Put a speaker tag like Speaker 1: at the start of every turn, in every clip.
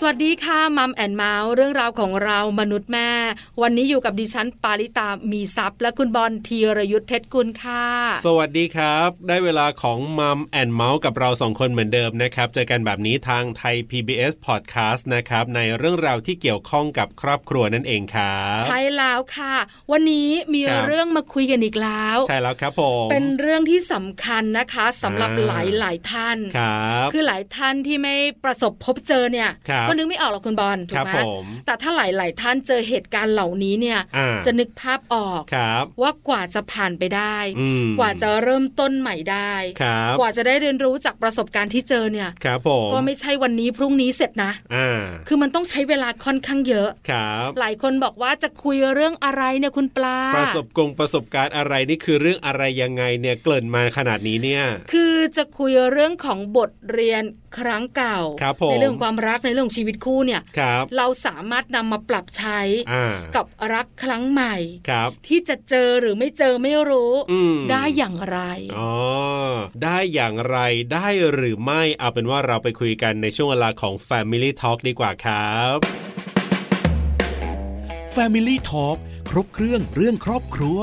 Speaker 1: สวัสดีค่ะมัมแอนเมาส์เรื่องราวของเรามนุษย์แม่ วันนี้อยู่กับดิฉันปาริตามีซัพย์ และคุณบอลธีรยุทธเพชรกุลค่ะ
Speaker 2: สวัสดีครับ ได้เวลาของมัมแอนเมาส์กับเราสองคนเหมือนเดิมนะครับ เจอกันแบบนี้ทางไทย PBS Podcast นะครับ ในเรื่องราวที่เกี่ยวข้องกับครอบครัวนั่นเองครับ
Speaker 1: ใช่แล้วค่ะ วันนี้มี
Speaker 2: ครับ
Speaker 1: เรื่องมาคุยกันอีกแล้ว
Speaker 2: ใช่แล้วครับผม
Speaker 1: เป็นเรื่องที่สำคัญนะคะสำหรับ
Speaker 2: อ่
Speaker 1: หลาย
Speaker 2: า
Speaker 1: หลายๆท่าน
Speaker 2: ครับ
Speaker 1: คือหลายท่านที่ไม่ประสบพบเจอเนี่ย
Speaker 2: ครับ
Speaker 1: ก็นึกไม่ออกหรอกคุณบอลถู
Speaker 2: ครั
Speaker 1: ก
Speaker 2: บ
Speaker 1: ไหม
Speaker 2: ผม
Speaker 1: แต่ถ้าหลายหลายๆท่านเจอเหตุการณ์เหล่านี้เนี่ย
Speaker 2: อ่า
Speaker 1: จะนึกภาพออก
Speaker 2: ครับ
Speaker 1: ว่ากว่าจะผ่านไปได้
Speaker 2: อืม
Speaker 1: กว่าจะเริ่มต้นใหม่ได้
Speaker 2: ครับ
Speaker 1: กว่าจะได้เรียนรู้จากประสบการณ์ที่เจอเนี่ย
Speaker 2: ครับผม
Speaker 1: ก็ไม่ใช่วันนี้พรุ่งนี้เสร็จนะ
Speaker 2: อ่า
Speaker 1: คือมันต้องใช้เวลาค่อนข้างเยอะ
Speaker 2: ครับ
Speaker 1: หลายคนบอกว่าจะคุยเรื่องอะไรเนี่ยคุณปลา
Speaker 2: ประสบกงประสบการณ์อะไรนี่คือเรื่องอะไรยังไงเนี่ยเกริ่นมาขนาดนี้เนี่ย
Speaker 1: คือจะคุยเรื่องของบทเรียนครั้งเก่า
Speaker 2: ครับผม
Speaker 1: ในเรื่องของความรักในเรื่องของชีวิตคู่เนี่ย
Speaker 2: ครับ
Speaker 1: เราสามารถนำมาปรับใช้
Speaker 2: อ่า
Speaker 1: กับรักครั้งใหม่
Speaker 2: ครับ
Speaker 1: ที่จะเจอหรือไม่เจอไม่รู้
Speaker 2: อืม
Speaker 1: ได้อย่างไร
Speaker 2: อ๋อ ได้อย่างไรได้หรือไม่ เอาเป็นว่าเราไปคุยกันในช่วงเวลาของ Family Talk ดีกว่าครับ
Speaker 3: Family Talk ครบเครื่องเรื่องครอบครัว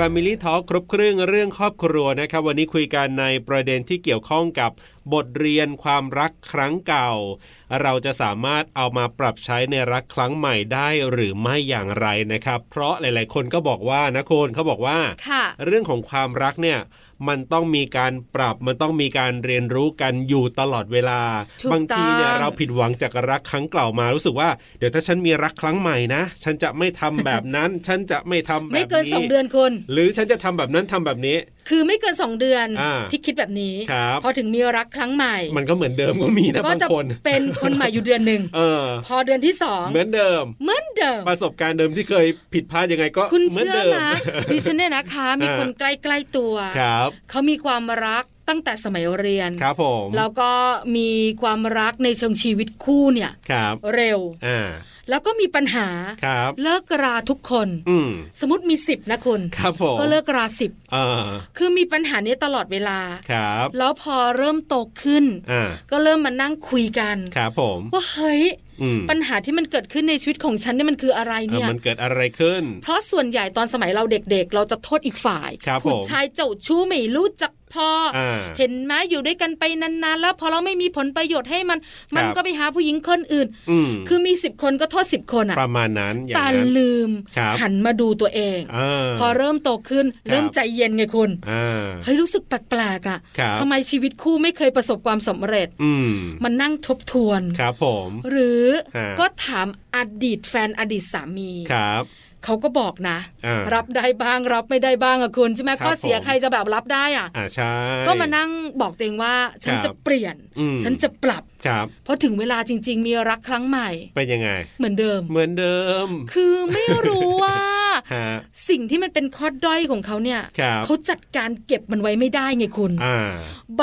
Speaker 2: Family Talk ครบเครื่องเรื่องครอบครัวนะครับ วันนี้คุยกันในประเด็นที่เกี่ยวข้องกับบทเรียนความรักครั้งเก่า เราจะสามารถเอามาปรับใช้ในรักครั้งใหม่ได้หรือไม่อย่างไรนะครับ เพราะหลาย ๆ คนก็บอกว่านะคุณเขาบอกว่า
Speaker 1: ค่ะ
Speaker 2: เรื่องของความรักเนี่ยมันต้องมีการปรับมันต้องมีการเรียนรู้กันอยู่ตลอดเวลา
Speaker 1: ถูกต้อง
Speaker 2: บางทีเนี่ยเราผิดหวังจากรักครั้งเก่ามารู้สึกว่าเดี๋ยวถ้าฉันมีรักครั้งใหม่นะ ฉันจะไม่ทำแบบนั้น ฉันจะไม่ทำแบบนี้
Speaker 1: ไม่เกินสองเดือนคน
Speaker 2: หรือฉันจะทำแบบนั้นทำแบบนี้
Speaker 1: คือไม่เกินสองเดือน
Speaker 2: อ่า
Speaker 1: ที่คิดแบบนี้
Speaker 2: ครับ
Speaker 1: พอถึงมีรักครั้งใหม่
Speaker 2: มันก็เหมือนเดิมก็มีนะ
Speaker 1: ก็
Speaker 2: บาง
Speaker 1: จะ
Speaker 2: คน
Speaker 1: เป็นคนใหม่อยู่เดือนห นึ่ง
Speaker 2: เออ
Speaker 1: พอเดือนที่สอง
Speaker 2: เหมือนเดิม
Speaker 1: เหมือนเดิม
Speaker 2: ประสบการณ์เดิมที่เคยผิดพลาดยังไงก็
Speaker 1: คุณ
Speaker 2: เหมือน
Speaker 1: เชื่อ
Speaker 2: เดิม
Speaker 1: ไหมดิฉันเนี่ยนะคะ มี
Speaker 2: อ่า
Speaker 1: คนใกล้ๆตัว
Speaker 2: ครับ
Speaker 1: เขามีความรักตั้งแต่สมัยเรียน
Speaker 2: ครับผม
Speaker 1: แล้วก็มีความรักในเชิงชีวิตคู่เนี่ย
Speaker 2: ครับ
Speaker 1: เร็ว
Speaker 2: อ่า
Speaker 1: แล้วก็มีปัญหา
Speaker 2: ครับ
Speaker 1: เลิกราทุกคน
Speaker 2: อืม
Speaker 1: สมมติมีสิบนะคุณ
Speaker 2: ครับผม
Speaker 1: ก็เลิกราสิบ
Speaker 2: อ่า
Speaker 1: คือมีปัญหานี้ตลอดเวลา
Speaker 2: ครับ
Speaker 1: แล้วพอเริ่มโตขึ้น
Speaker 2: อ่า
Speaker 1: ก็เริ่มมานั่งคุยกัน
Speaker 2: ครับผม
Speaker 1: ว่าเฮ้ย
Speaker 2: อืม
Speaker 1: ปัญหาที่มันเกิดขึ้นในชีวิตของฉันเนี่ยมันคืออะไรเนี่ย
Speaker 2: อ่ะมันเกิดอะไรขึ้น
Speaker 1: เพราะส่วนใหญ่ตอนสมัยเราเด็กๆ เราจะโทษอีกฝ่าย
Speaker 2: ครับ
Speaker 1: ผู้
Speaker 2: ผม
Speaker 1: ชายเจ้าชู้ไม่รู้จักพออ
Speaker 2: อ่า
Speaker 1: เห็นไหมอยู่ด้วยกันไปนานๆ แล้วพอเราไม่มีผลประโยชน์ให้มัน มัน
Speaker 2: ครับ
Speaker 1: ก็ไปหาผู้หญิงคนอื่น
Speaker 2: อืม
Speaker 1: คือมีสิบคนก็โทษสิบคนอะ
Speaker 2: ประมาณนั้นอย่าง
Speaker 1: แต่
Speaker 2: นั้น
Speaker 1: ลืม
Speaker 2: ครับ
Speaker 1: หันมาดูตัวเอง
Speaker 2: อ่า
Speaker 1: พอเริ่มโตขึ้น เริ่ม
Speaker 2: ครับ
Speaker 1: ใจเย็นไงคุณ
Speaker 2: อ่า
Speaker 1: เฮ้ยรู้สึกแปลกๆอะ
Speaker 2: ครับ
Speaker 1: ทำไมชีวิตคู่ไม่เคยประสบความสำเร็จ
Speaker 2: อืม
Speaker 1: มันนั่งทบทวน
Speaker 2: ครับผม
Speaker 1: หรือ
Speaker 2: ฮะ
Speaker 1: ก็ถามอดีตแฟนอดีตสามี
Speaker 2: ครับ
Speaker 1: เขาก็บอกนะ
Speaker 2: อ่ารั
Speaker 1: รับได้บ้างรับไม่ได้บ้างอะคุณใช่ไหม
Speaker 2: ครับ
Speaker 1: ข้อเสีย
Speaker 2: ผม
Speaker 1: ใครจะแบบรับได้อะ
Speaker 2: อ่าใช่
Speaker 1: ก็มานั่งบอกตัวเองว่า ฉัน
Speaker 2: ครับ
Speaker 1: จะเปลี่ยน
Speaker 2: อืม
Speaker 1: ฉันจะปรับ
Speaker 2: ครับ
Speaker 1: เพราะถึงเวลาจริง ๆ มีรักครั้งใหม่
Speaker 2: เป็นยังไง
Speaker 1: เหมือนเดิม
Speaker 2: เหมือนเดิม
Speaker 1: คือไม่รู้ว่า
Speaker 2: ฮะ
Speaker 1: สิ่งที่มันเป็นข้อด้อยของเขาเนี่ย
Speaker 2: ครับ
Speaker 1: เขาจัดการเก็บมันไว้ไม่ได้ไงคุณ
Speaker 2: อ่า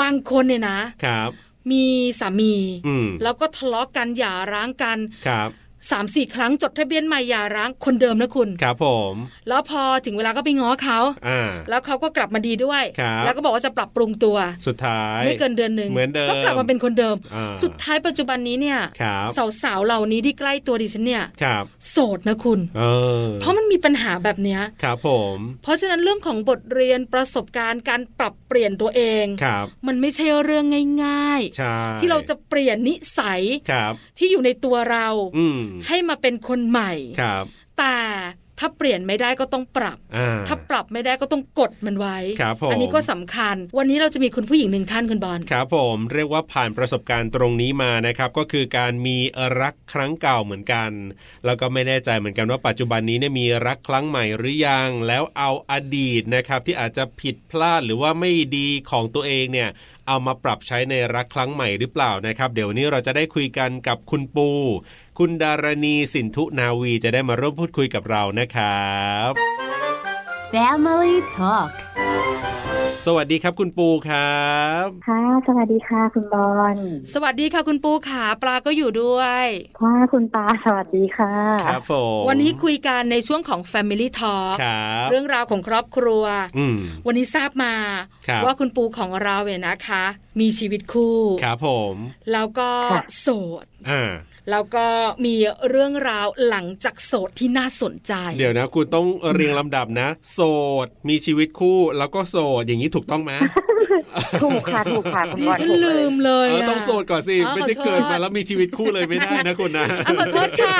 Speaker 1: บางคนเนี่ยนะ
Speaker 2: ครับ
Speaker 1: มีสามี
Speaker 2: อืม
Speaker 1: แล้วก็ทะเลาะกันหย่าร้างกัน
Speaker 2: ครับ
Speaker 1: สามสี่ครั้งจดทะเบียนใหม่หย่าร้างคนเดิมนะคุณ
Speaker 2: ครับผม
Speaker 1: แล้วพอถึงเวลาก็ไปง้อเขา
Speaker 2: อ่า
Speaker 1: แล้วเขาก็กลับมาดีด้วย
Speaker 2: ครับ
Speaker 1: แล้วก็บอกว่าจะปรับปรุงตัว
Speaker 2: สุดท้าย
Speaker 1: ไม่เกินเดือนหนึ่ง
Speaker 2: เหมือนเดิม
Speaker 1: ก็กลับมาเป็นคนเดิม
Speaker 2: อ่า
Speaker 1: สุดท้ายปัจจุบันนี้เนี่ย
Speaker 2: ครับ
Speaker 1: สาวๆเหล่านี้ที่ใกล้ตัวดิฉันเนี่ย
Speaker 2: ครับ
Speaker 1: โสดนะคุณ
Speaker 2: เออ
Speaker 1: เพราะมันมีปัญหาแบบเนี้ย
Speaker 2: ครับผม
Speaker 1: เพราะฉะนั้นเรื่องของบทเรียนประสบการณ์การปรับเปลี่ยนตัวเอง
Speaker 2: ครับ
Speaker 1: มันไม่ใช่เรื่องง่าย
Speaker 2: ใช่
Speaker 1: ๆ ที่เราจะเปลี่ยนนิสัย
Speaker 2: ครับ
Speaker 1: ที่อยู่ในตัวเรา
Speaker 2: อืม
Speaker 1: ให้มาเป็นคนใหม่
Speaker 2: ครับ
Speaker 1: แต่ถ้าเปลี่ยนไม่ได้ก็ต้องปรับ
Speaker 2: อ่า
Speaker 1: ถ้าปรับไม่ได้ก็ต้องกดมันไว้
Speaker 2: ครับผม
Speaker 1: อันี้ก็สำคัญ วันนี้เราจะมีคุณผู้หญิงหนึ่งท่านคุณบอล
Speaker 2: ครับผมเรียกว่าผ่านประสบการณ์ตรงนี้มานะครับ ก็คือการมีรักครั้งเก่าเหมือนกัน แล้วก็ไม่แน่ใจเหมือนกันว่าปัจจุบันนี้เนี่ยมีรักครั้งใหม่หรือยังแล้วเอาอดีตนะครับ ที่อาจจะผิดพลาดหรือว่าไม่ดีของตัวเองเนี่ย เอามาปรับใช้ในรักครั้งใหม่หรือเปล่านะครับ เดี๋ยววันนี้เราจะได้คุยกันกับคุณปู คุณดารณีสินทุนาวีจะได้มาร่วมพูดคุยกับเรานะครับ
Speaker 4: Family Talk
Speaker 2: สวัสดีครับคุณปูครับ
Speaker 5: ค่ะ สวัสดีค่ะ คุณบอล
Speaker 1: สวัสดีค่ะคุณปูขาปลาก็อยู่ด้วย
Speaker 5: ค่ะ คุณปาสวัสดีค่ะ
Speaker 2: ครับผม
Speaker 1: วันนี้คุยกันในช่วงของ Family Talk
Speaker 2: ครับ
Speaker 1: เรื่องราวของครอบครัว
Speaker 2: อืม
Speaker 1: วันนี้ทราบมา
Speaker 2: ครับ
Speaker 1: ว่าคุณปูของเราเนี่ยนะคะ มีชีวิตคู่
Speaker 2: ครับผม
Speaker 1: แล้วก็
Speaker 5: ค่ะ
Speaker 1: โสด
Speaker 2: อ่า
Speaker 1: แล้วก็มีเรื่องราวหลังจากโสดที่น่าสนใจ
Speaker 2: เดี๋ยวนะคุณต้องเรียงลำดับนะ โสด มีชีวิตคู่แล้วก็โสดอย่างนี้ถูกต้องไหม
Speaker 5: ถูกค่ะ ถูกค่ะ คุณ
Speaker 1: ดิ
Speaker 5: บอล
Speaker 1: ฉันลืมเล
Speaker 2: เอย อ
Speaker 1: อะ
Speaker 2: ต้องโสดก่อนสิ
Speaker 1: อ๋อ
Speaker 2: ไม่ใช่
Speaker 1: ขอโทษ
Speaker 2: เกิดมาแล้วมีชีวิตคู่เลยไม่ได้นะคุณนะ
Speaker 1: อ่ะขอโทษค่ะ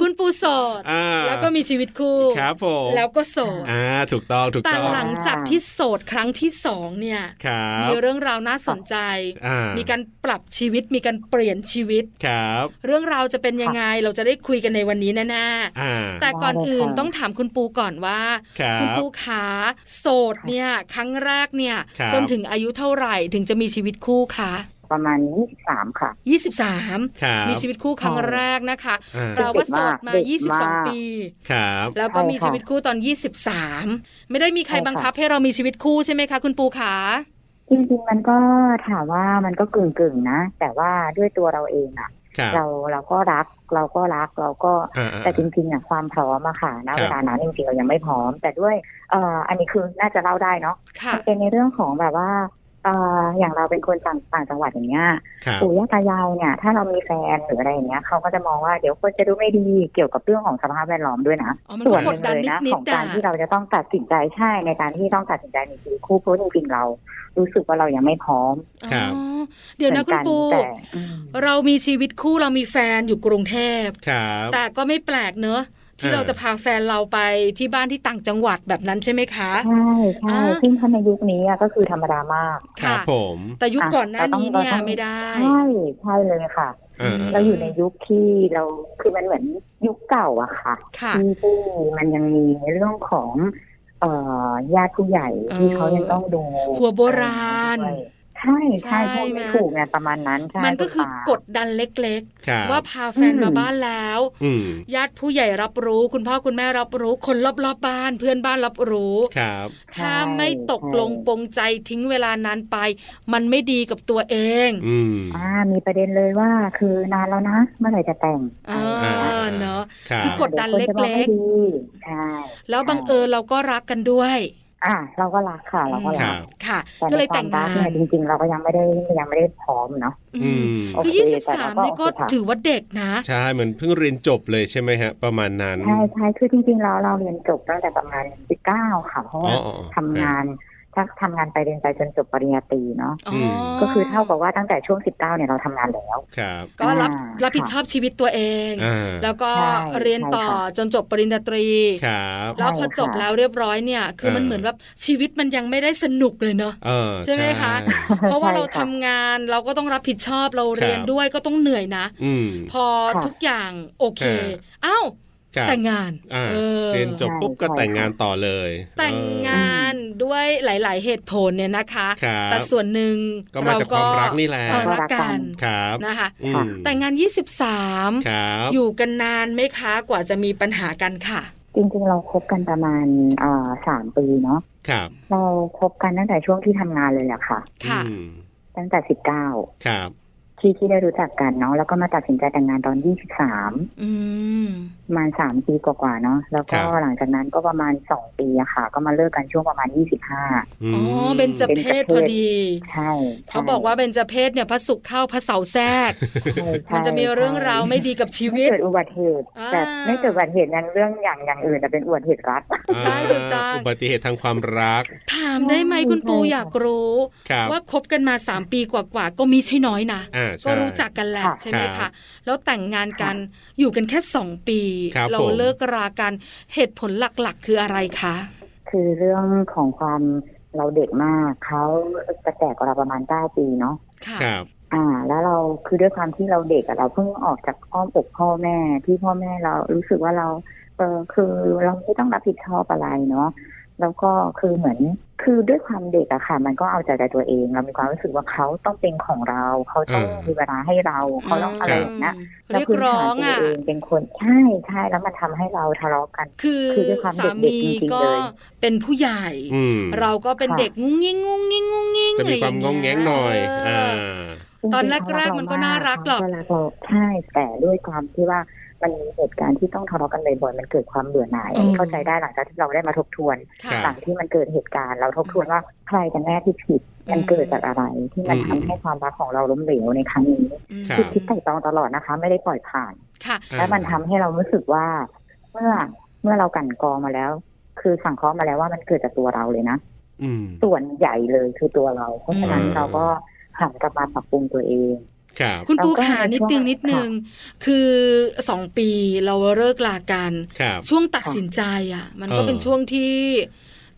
Speaker 1: คุณปูโสด
Speaker 2: อ่า
Speaker 1: แล้วก็มีชีวิตคู่
Speaker 2: ครับผม
Speaker 1: แล้วก็โสด
Speaker 2: อ่าถูกต้องถูก
Speaker 1: แต่
Speaker 2: ต้อง
Speaker 1: หลังจากที่โสดครั้งที่สองเนี่ย
Speaker 2: ครับ
Speaker 1: มีเรื่องราวน่าสนใจ
Speaker 2: อ่า
Speaker 1: มี
Speaker 2: มี
Speaker 1: การปรับชีวิต มีการเปลี่ยนชีวิต
Speaker 2: ครับ
Speaker 1: เรื่องราวจะเป็นยังไง เราจะได้คุยกันในวันนี้แน่
Speaker 2: อ่า
Speaker 1: ๆ แต่ก่อนอื่นต้องถามคุณปูก่อนว่า
Speaker 2: ครับ
Speaker 1: คุณปูขาโสดเนี่ยครั้งแรกเนี่ย
Speaker 2: ครับ
Speaker 1: จนถึงอายุเท่าไหร่ถึงจะมีชีวิตคู่คะ
Speaker 5: ประมาณ23ค่ะ
Speaker 1: 23
Speaker 2: ครับ
Speaker 1: มีชีวิตคู่ครั้งแรกนะคะ
Speaker 2: อ่า
Speaker 1: แปลว่าโสดมา
Speaker 5: เด็กมาก
Speaker 1: 22 ปี
Speaker 2: ครับ
Speaker 1: แล้วก็
Speaker 5: ใช่ค่ะ
Speaker 1: มีชีวิตคู่ตอน 23 ไม่ได้มีใคร
Speaker 5: ใช่ค่ะ
Speaker 1: บังคับให้เรามีชีวิตคู่ใช่ไหมคะคุณปูขา
Speaker 5: จริงๆ มันก็ถามว่ามันก็กึ่งๆ นะ แต่ว่าด้วยตัวเราเองอะ
Speaker 2: ครับ
Speaker 5: เราเราก็รัก เราก็รัก เราก็
Speaker 2: อ่า
Speaker 5: แต่จริงๆอะความพร้อมอะค่ะ ณ
Speaker 2: ครับ
Speaker 5: เวลานั้นจริงๆ เรายังไม่พร้อม แต่ด้วย เอ่อ อันนี้คือน่าจะเล่าได้เนาะ
Speaker 1: ค่ะ
Speaker 5: มันเป็นในเรื่องของแบบว่า เอ่อ อย่างเราเป็นคนต่างต่างจังหวัดอย่างเงี้ย
Speaker 2: ครับ
Speaker 5: ปู่ย่าตายายเนี่ยถ้าเรามีแฟนหรืออะไรอย่างเงี้ยเขาก็จะมองว่าเดี๋ยวคนจะดูไม่ดีเกี่ยวกับเรื่องของสภาพแวดล้อมด้วยนะ
Speaker 1: อ๋อมัน
Speaker 5: ส่
Speaker 1: ก็
Speaker 5: วนห
Speaker 1: กด
Speaker 5: นึ่ง
Speaker 1: ดัน
Speaker 5: เลยนะ
Speaker 1: นิด
Speaker 5: ของ
Speaker 1: ๆ
Speaker 5: การที่เราจะต้องตัดสินใจใช่ในการที่ต้องตัดสินใจมีชีวิตคู่เพราะจริงๆเรา รู้สึกว่าเรายังไม่พร้อม
Speaker 1: อ๋อเดี๋ยวนะ
Speaker 5: ห
Speaker 1: คุ
Speaker 5: มือ
Speaker 1: ณปู
Speaker 5: แต่อืม
Speaker 1: เรามีชีวิตคู่เรามีแฟนอยู่กรุงเทพ
Speaker 2: ครับ
Speaker 1: แต่ก็ไม่แปลกเนอะที่
Speaker 2: เออ
Speaker 1: เราจะพาแฟนเราไปที่บ้านที่ต่างจังหวัดแบบนั้นใช่ไหมคะ
Speaker 5: ใช่ใช่
Speaker 1: อ่า
Speaker 5: ซึ่งถ้าในยุคนี้อะก็คือธรรมดามาก
Speaker 2: ครับผม
Speaker 1: แต่ยุค
Speaker 5: อ่ะ
Speaker 1: ก่อนหน้านี้เนี่ย
Speaker 5: เราต้อง
Speaker 1: ไม่ได้
Speaker 5: ใช่ใช่เลยค่ะ
Speaker 2: เออ
Speaker 5: เราอยู่ในยุคที่เราคือมันเหมือนยุคเก่าอะค่ะ
Speaker 1: ค่ะ
Speaker 5: ที่ที่มันยังมีในเรื่องของ เอ่อญาติผู้ใหญ่ที่
Speaker 1: เออ
Speaker 5: เขายังต้องดู
Speaker 1: หัวโบราณ
Speaker 5: ด้วยใช่ใช่
Speaker 1: ใช่
Speaker 5: พูดไม่
Speaker 1: ไหม
Speaker 5: ถูกไงประมาณนั้นใช่
Speaker 1: มันก็คือ
Speaker 5: ณปา
Speaker 1: กดดันเล็ก
Speaker 2: ครับ
Speaker 1: ๆ ว่าพาแฟน
Speaker 5: อืม
Speaker 1: มาบ้านแล้ว
Speaker 2: อืม
Speaker 1: ญาติผู้ใหญ่รับรู้ คุณพ่อคุณแม่รับรู้ คนรอบๆบ้าน เพื่อนบ้านรับรู้
Speaker 2: ครับ
Speaker 1: ถ้าไม่ตกลงปรงใจทิ้งเวลานานไป มันไม่ดีกับตัวเอง
Speaker 2: อืม
Speaker 5: อ่ามีประเด็นเลยว่าคือนานแล้วนะเมื่อไหร่จะแต่ง
Speaker 1: เออเนอะ
Speaker 2: รับ
Speaker 1: คือกด ดันเล็กๆ
Speaker 5: ดี๋ยวคนจะบอกไม่ดีใช่
Speaker 1: แล้วบังเอิญเราก็รักกันด้วย
Speaker 5: อ่าเราก็รักค่ะ เราก็
Speaker 2: ค
Speaker 5: รั
Speaker 2: รั
Speaker 5: ก
Speaker 2: บ
Speaker 1: ค่ะ
Speaker 5: แต่
Speaker 1: ก็เลย
Speaker 5: ในคว
Speaker 1: แต่
Speaker 5: ม
Speaker 1: ง
Speaker 5: รั
Speaker 1: งาก
Speaker 5: เนี่ย
Speaker 1: น
Speaker 5: จริง ๆ เราก็ยังไม่ได้ยังไม่ได้พร้อมเนาะ
Speaker 1: อืมคือ
Speaker 2: อืม
Speaker 5: โอเค
Speaker 1: ยี่สิบสาม
Speaker 5: แต่เราก็
Speaker 1: นี่ก็
Speaker 5: โอเคค่ะ
Speaker 1: ถือว่าเด็กนะ
Speaker 2: ใช่เหมือนเพิ่งเรียนจบเลยใช่ไหมฮะ ประมาณนั้น
Speaker 5: ใช่ใช่คือจริงๆเราเราเรียนจบตั้งแต่ประมาณสิบเก้าค่ะ เพราะว่า
Speaker 2: อ๋ออ๋ออ๋อ
Speaker 5: ทำงานถ้าทำงานไปเรียนไปจนจบปริญญาตรีเนาะ
Speaker 1: อ๋อ
Speaker 5: ก็คือเท่ากับว่าตั้งแต่ช่วง 19 เนี่ยเราทำงานแล้ว
Speaker 2: ครับ
Speaker 1: ก็รับ
Speaker 5: อ่า
Speaker 1: รับผิดชอบชีวิตตัวเอง
Speaker 2: อ่า
Speaker 1: แล้วก็
Speaker 5: ใช่
Speaker 1: เรียนต่อ
Speaker 5: ใช่ค่ะ
Speaker 1: จนจบปริญญาตรี
Speaker 2: ครับ
Speaker 1: แล้วพอ
Speaker 5: ใช่ค่ะ
Speaker 1: จบแล้วเรียบร้อยเนี่ย คือ
Speaker 2: เออ
Speaker 1: มันเหมือนแบบชีวิตมันยังไม่ได้สนุกเลยเนอะ
Speaker 2: เออ
Speaker 1: ใช่ไหมคะ
Speaker 2: ใช่
Speaker 1: เพราะว่าเราทำ
Speaker 5: ใช่ค่
Speaker 1: งานเราก็ต้องรับผิดชอบเราเรียน
Speaker 2: ครับ
Speaker 1: ด้วยก็ต้องเหนื่อยนะ
Speaker 2: อืม
Speaker 1: พอ
Speaker 5: ค่ะ
Speaker 1: ทุกอย่างโอเค
Speaker 2: อ่า
Speaker 1: อ้าว
Speaker 2: ครับ
Speaker 1: แต่งงาน
Speaker 2: อ่า
Speaker 1: เออ
Speaker 2: เรียนจบปุ๊บก็
Speaker 5: ใช่
Speaker 2: แต่งงานต่อเลย
Speaker 1: แต่งงา
Speaker 2: เออน
Speaker 1: ด้วยหลาย ๆ เหตุผลเนี่ยนะคะ
Speaker 2: ครับ
Speaker 1: แต่ส่วนหนึ่ง
Speaker 2: ก็มาจากความรักนี่แหละ
Speaker 1: เออรักกัน
Speaker 2: ครับ
Speaker 1: นะคะ
Speaker 2: อืม
Speaker 1: แต่งงาน 23
Speaker 2: ครับ
Speaker 1: อยู่กันนานไหมคะ กว่าจะมีปัญหากันค่ะ
Speaker 5: จริงๆ เราคบกันประมาณเอ่อสามปีเนาะ
Speaker 2: ครับ
Speaker 5: เราคบกันตั้งแต่ช่วงที่ทำงานเลยแหละค่ะ
Speaker 1: ค่ะ
Speaker 2: อืม
Speaker 5: ตั้งแต่
Speaker 2: ครับ
Speaker 5: 19 ที่ที่ได้รู้จักกันเนาะ แล้วก็มาตัดสินใจแต่งงานตอน 23
Speaker 1: อืม
Speaker 5: ประมาณสามปีกว่าๆเนาะ แล้วก็
Speaker 2: ครับ
Speaker 5: หลังจากนั้นก็ประมาณสองปีอะค่ะ ก็มาเลิกกันช่วงประมาณ 25
Speaker 2: ม
Speaker 1: อ๋อเบนจเพศพอดี
Speaker 5: ใช่
Speaker 1: เขาบอกว่าเบนจเพศเนี่ยพระศุกร์เข้าพระเสาร์แทรก
Speaker 5: ใช่ใช่
Speaker 1: มันจะมีเรื่องราวไม่ดีกับชีวิต
Speaker 5: ไม่เกิดอุบัติเหตุ
Speaker 1: อ่า
Speaker 5: แต่ไม่เกิดอุบัติเหตุนั้นเรื่องอย่างอย่างอื่นแต่เป็นอุบัติเหตุรัฐ
Speaker 2: อ่า
Speaker 1: ใช่ถูกต้อง
Speaker 2: อุบัติเหตุทางความรัก
Speaker 1: ถามได้ไหมคุณปู
Speaker 5: ใช่
Speaker 1: อยากรู้
Speaker 2: ครับ
Speaker 1: ว่าคบกันมา 3 ปีกว่าๆก็มีใช่น้อยนะ
Speaker 2: อ่า
Speaker 1: ก็
Speaker 2: ใช่
Speaker 1: รู้จักกันแหละ
Speaker 5: ค่ะ
Speaker 1: ใช่ไหม
Speaker 2: ครั
Speaker 1: คะ
Speaker 2: บ
Speaker 1: แล้วแต่งงานกันอยู่กันแค่ 2 ปี
Speaker 2: ครับ
Speaker 1: เรา
Speaker 2: ผม
Speaker 1: เลิกรากันเหตุผลหลักๆ คืออะไรคะ
Speaker 5: คือเรื่องของความเราเด็กมากเขาจะแก่กว่าเราประมาณเก้าปีเนาะ
Speaker 1: ค่ะ
Speaker 2: ครับ
Speaker 5: อ่า แล้วเราคือด้วยความที่เราเด็กอะเราเพิ่งออกจากอ้อมอกพ่อแม่ที่พ่อแม่เรารู้สึกว่าเราเออคือเราไม่ต้องรับผิดชอบอะไรเนาะ แล้วก็คือเหมือนคือด้วยความเด็กอะค่ะ มันก็เอาใจแต่ตัวเอง เรามีความรู้สึกว่าเขาต้องเป็นของเรา เขาต้อง
Speaker 2: เออ
Speaker 5: มีเวลาให้เราเขาต้องอะไรอย่างเงี้ย
Speaker 1: เรียกร้อง
Speaker 5: แล้
Speaker 1: อ่ะ
Speaker 5: วพื้นฐานตัวเเป็นคนใช่ใช่แล้วมันทำให้เราทะเลาะกัน
Speaker 1: คือ
Speaker 5: คือด้วยความ
Speaker 1: สา
Speaker 5: เด็ก
Speaker 1: มี
Speaker 5: ๆจริงๆ
Speaker 1: ก็
Speaker 5: เลย
Speaker 1: เป็นผู้ใหญ่
Speaker 2: อืม
Speaker 1: เราก็เป็น
Speaker 5: ค่ะ
Speaker 1: เด็กงุ้งงิ้งงุ้งงิ้งงุ้งงิ้ง
Speaker 2: จะมีความงงแงงหน่อย
Speaker 1: เ
Speaker 2: อ่า
Speaker 5: ซึ่ง
Speaker 1: ตอน
Speaker 5: จงๆ
Speaker 1: แรก
Speaker 5: เข
Speaker 1: ๆมันก็น่ารักหรอก
Speaker 5: เขารักเราใช่แต่ด้วยความที่ว่ามันมีเหตุการณ์ที่ต้องทะเลาะกันบ่อยๆมันเกิดความเบื่อหน่าย
Speaker 1: อืม
Speaker 5: เข้าใจได้หลังจากที่เราได้มาทบทวน
Speaker 1: ค่ะ
Speaker 5: หลังที่มันเกิดเหตุการณ์เราทบทวนว่าใครกันแน่ที่ผิด
Speaker 1: อืม
Speaker 5: มันเกิดจากอะไรที่มันทำให้ความรักของเราล้มเหลวในครั้งนี้
Speaker 1: อืม
Speaker 2: ครับ
Speaker 5: คิดไตร่ตรองตลอดนะคะ ไม่ได้ปล่อยผ่าน
Speaker 1: ค่ะ
Speaker 2: อ่า
Speaker 5: และมันทำให้เรารู้สึกว่า เมื่อเมื่อเรากลันกรองมาแล้ว คือสั่งเคราะห์มาแล้วว่ามันเกิดจากตัวเราเลยนะ
Speaker 2: อืม
Speaker 5: ส่วนใหญ่เลยคือตัวเรา เพราะฉะนั้น
Speaker 2: อืม
Speaker 5: เราก็หันกลับมาปรับปรุงตัวเอง
Speaker 2: ครับ
Speaker 1: คุณปู
Speaker 5: เราก็
Speaker 1: ขานิดนึง
Speaker 5: ค่ะ
Speaker 1: นิดนึงคือสองปีเราเลิกลากัน
Speaker 2: ครับ
Speaker 1: ช่วงตัดสินใจอ่ะ มันก็
Speaker 2: เออ
Speaker 1: เป็นช่วงที่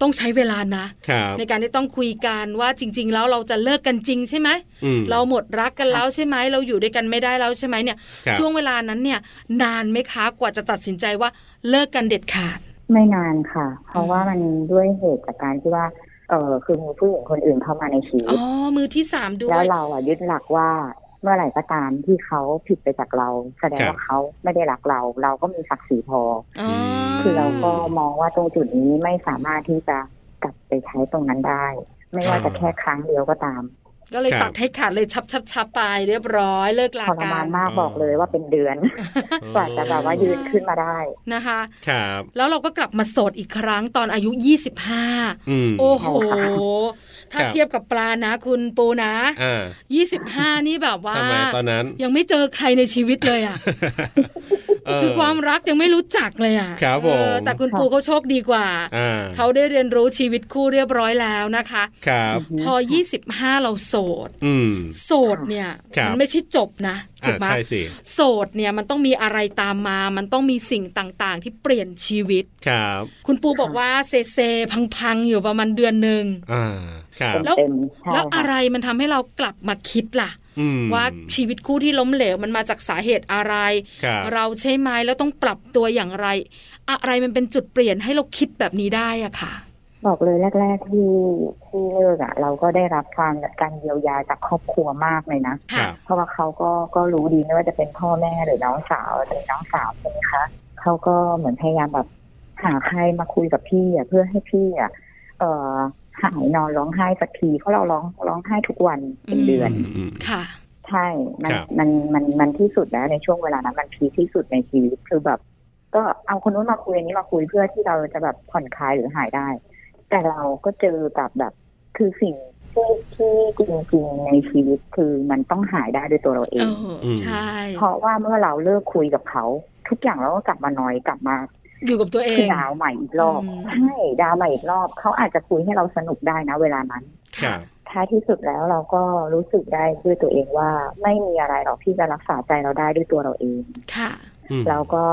Speaker 1: ต้องใช้เวลานะ
Speaker 2: ครับ
Speaker 1: ในการที่ต้องคุยกันว่าจริง ๆ แล้วเราจะเลิกกันจริงใช่ไหม
Speaker 2: อืม
Speaker 1: เราหมดรักกันแล้วใช่ไหมเราอยู่ด้วยกันไม่ได้แล้วใช่ไหมเนี่ย
Speaker 2: ครับ
Speaker 1: ช่วงเวลานั้นเนี่ย นานไหมคะกว่าจะตัดสินใจว่าเลิกกันเด็ดขาด
Speaker 5: ไม่นานค่ะ เพราะว่ามันด้วยเหตุจากการที่ว่า เออคือมีผู้หญิงคนอื่นเข้ามาในชีวิ
Speaker 1: อ๋
Speaker 5: ต
Speaker 1: อ มือที่สามด้ว
Speaker 5: แล้ว
Speaker 1: ย
Speaker 5: เราอะยึดหลักว่าเมื่อไหร่ก็ตามที่เขาผิดไปจากเรา แสดงว่าเขาไม่ได้รักเรา เราก็มีศักดิ์ศรีพอ
Speaker 1: อ๋อ
Speaker 5: อคือเราก็มองว่าตรงจุดนี้ไม่สามารถที่จะกลับไปใช้ตรงนั้นได้ ไม่ว่าจะแค่ครั้งเดียวก็ตาม
Speaker 1: ก็เลยตัดให้ขาดเลยชับชับชับไปเรียบร้อยเลิกลา
Speaker 5: ทร
Speaker 1: กั
Speaker 5: มาน
Speaker 1: น
Speaker 5: มากบอกเลยว่าเป็นเดือน กว่าจะแบบว่ายืนขึ้นมาได้
Speaker 1: นะคะ
Speaker 2: ครับ
Speaker 1: แล้วเราก็กลับมาโสดอีกครั้งตอนอายุ 25
Speaker 2: อืม
Speaker 1: โอ้โห ถ้า
Speaker 2: ครับ
Speaker 1: เทียบกับปลานะคุณปูนะ
Speaker 2: อ่า
Speaker 1: 25 นี่แบบว่า
Speaker 2: ทำไมตอนนั้น
Speaker 1: ยังไม่เจอใครในชีวิตเลยอ่ะ
Speaker 2: เ
Speaker 1: คือความรักยังไม่รู้จักเลยอ่ะ
Speaker 2: ครับผม
Speaker 1: เออแต่คุณปูเขาโชคดีกว่า
Speaker 2: อ่า
Speaker 1: เขาได้เรียนรู้ชีวิตคู่เรียบร้อยแล้วนะคะ
Speaker 2: ครับ
Speaker 1: พอ 25 เราโสด
Speaker 2: อืม
Speaker 1: โสดเนี่ย
Speaker 2: ครับ
Speaker 1: มันไม่ใช่จบนะถู
Speaker 2: อ่าก
Speaker 1: ไหม
Speaker 2: ใช่สิ
Speaker 1: โสดเนี่ยมันต้องมีอะไรตามมา มันต้องมีสิ่งต่างๆ ที่เปลี่ยนชีวิต
Speaker 2: ครับ
Speaker 1: คุณปูบอกว่าเซเซพังๆ อยู่ประมาณเดือนหนึ่ง
Speaker 2: อ่าครับ
Speaker 1: แล้ว
Speaker 5: เต็มๆใช่
Speaker 1: แล้ว
Speaker 5: ค่ะ
Speaker 1: อะไรมันทำให้เรากลับมาคิดล่ะ
Speaker 2: อืม
Speaker 1: ว่าชีวิตคู่ที่ล้มเหลวมันมาจากสาเหตุอะไร
Speaker 2: ครับ
Speaker 1: เราใช่ไหมแล้วต้องปรับตัวอย่างไร อะไรมันเป็นจุดเปลี่ยนให้เราคิดแบบนี้ได้อะค่ะ
Speaker 5: บอกเลยแรก ๆ ที่ที่เลิกอ่ะ เราก็ได้รับความการเยียวยาจากครอบครัวมากเลยนะ
Speaker 2: ค
Speaker 1: ค่ะ
Speaker 2: รับ
Speaker 5: เพราะว่าเขาก็ก็รู้ดีไม่ว่าจะเป็นพ่อแม่หรือน้องสาวจะมีน้องสาวใช่ไหมคะเขาก็เหมือนพยายามแบบหาใครมาคุยกับพี่อ่ะเพื่อให้พี่อ่ะเอ่อหายนอนร้องไห้สักทีเพราะเราร้องร้องไห้ทุกวันเป็นเดือน
Speaker 2: อืมอืม
Speaker 1: ค่ะ
Speaker 5: ใช่มัน
Speaker 2: ครับ
Speaker 5: มันมันมันที่สุดแล้วในช่วงเวลานั้นมันพีคที่สุดในชีวิตคือแบบ ก็เอาคนนู้นมาคุยอันนี้มาคุยเพื่อที่เราจะแบบผ่อนคลายหรือหายได้ แต่เราก็เจอกับแบบคือสิ่งที่ที่จริงๆในชีวิตคือมันต้องหายได้ด้วยตัวเราเอ
Speaker 1: เอง อ
Speaker 2: ม
Speaker 1: ใช่
Speaker 5: เพราะว่าเมื่อเราเลิกคุยกับเขา ทุกอย่างเราก็กลับมานอยกลับมา
Speaker 1: อยู่กับตัวเอ
Speaker 5: คือง ดาวใหม่อีกรอบ
Speaker 1: อืม
Speaker 5: ใช่ดาวใหม่อีกรอบเขาอาจจะคุยให้เราสนุกได้นะ เวลานั้น
Speaker 2: ครับ
Speaker 5: ท้ายที่สุดแล้วเราก็รู้สึกได้ด้วยตัวเองว่าไม่มีอะไรหรอกที่จะรักษาใจเราได้ด้วยตัวเราเอง
Speaker 1: ค่ะ
Speaker 2: อืม
Speaker 5: แล้วก็